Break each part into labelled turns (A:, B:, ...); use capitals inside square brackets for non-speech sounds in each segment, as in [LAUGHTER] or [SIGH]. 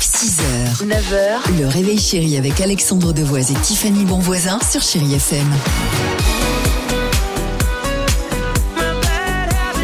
A: 6h, 9h, le réveil chéri avec Alexandre Devoise et Tiffany Bonvoisin sur Chéri FM.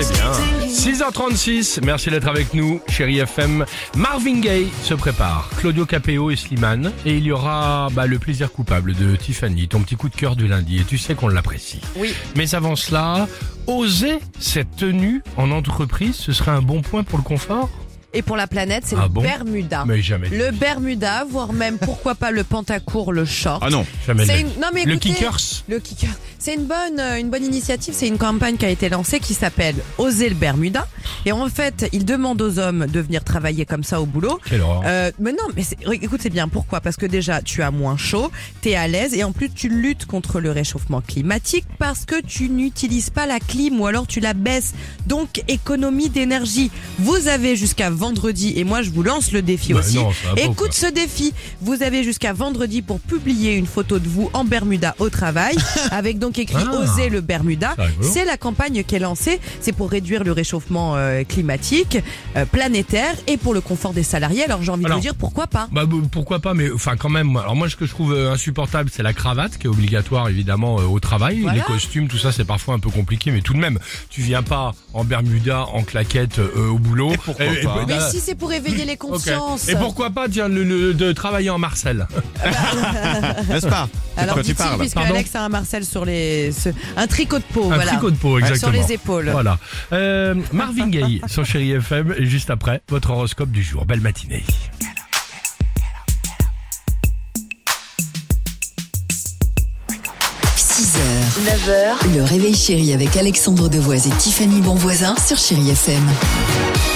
B: C'est bien. 6h36, merci d'être avec nous, chérie FM. Marvin Gaye se prépare, Claudio Capéo et Slimane. Et il y aura bah, le plaisir coupable de Tiffany, ton petit coup de cœur du lundi. Et tu sais qu'on l'apprécie.
C: Oui.
B: Mais avant cela, oser cette tenue en entreprise, ce serait un bon point pour le confort
C: Et pour la planète, c'est
B: Ah
C: le
B: bon
C: Bermuda.
B: Mais jamais. de la
C: Le
B: vie.
C: Bermuda, voire même pourquoi pas le pantacourt, le short.
D: Ah non.
B: Jamais de la
C: C'est
B: vie.
C: une- non, mais
B: Le
C: écoutez,
B: kickers
C: Le kicker. C'est une bonne, euh, une bonne initiative. C'est une campagne qui a été lancée qui s'appelle Oser le Bermuda. Et en fait, il demande aux hommes de venir travailler comme ça au boulot.
B: Quelle horreur.
C: Euh, mais non, mais c'est- écoute, c'est bien. Pourquoi Parce que déjà, tu as moins chaud, t'es à l'aise, et en plus, tu luttes contre le réchauffement climatique parce que tu n'utilises pas la clim ou alors tu la baisses. Donc, économie d'énergie. Vous avez jusqu'à vendredi, et moi, je vous lance le défi
B: Bah
C: aussi.
B: non, ça va pas,
C: écoute
B: quoi.
C: ce défi. Vous avez jusqu'à vendredi pour publier une photo de vous en Bermuda
B: [LAUGHS]
C: au travail, avec donc écrit
B: Ah.
C: Osez le Bermuda.
B: C'est rigolo.
C: C'est la campagne qui est lancée. C'est pour réduire le réchauffement euh, climatique, euh, planétaire et pour le confort des salariés. Alors j'ai envie de
B: Alors.
C: vous dire pourquoi pas.
B: Bah b- pourquoi pas, mais enfin quand même. Alors moi ce que je trouve euh, insupportable, c'est la cravate qui est obligatoire évidemment euh, au travail.
C: Voilà.
B: Les costumes, tout ça, c'est parfois un peu compliqué, mais tout de même, tu viens pas en Bermuda, en claquette euh, au boulot. Et bah,
D: pourquoi pas
C: Mais si c'est pour éveiller
B: [LAUGHS]
C: les
B: ok.
C: consciences.
B: Et pourquoi pas tiens, le- le- de travailler en Marcel
D: N'est-ce pas C'est de
C: Alors
D: quoi tu
C: dit-il,
D: parles
C: puisque
B: Pardon
C: Alex a un Marcel sur les ce- un tricot de peau,
B: Un
C: voilà.
B: tricot de peau, exactement.
C: Sur les épaules.
B: Voilà. Euh, Marvin Gaye sur Chéri FM et juste après votre horoscope du jour. Belle matinée.
A: h 9h, le réveil chéri avec Alexandre Devoise et Tiffany Bonvoisin sur Chéri FM.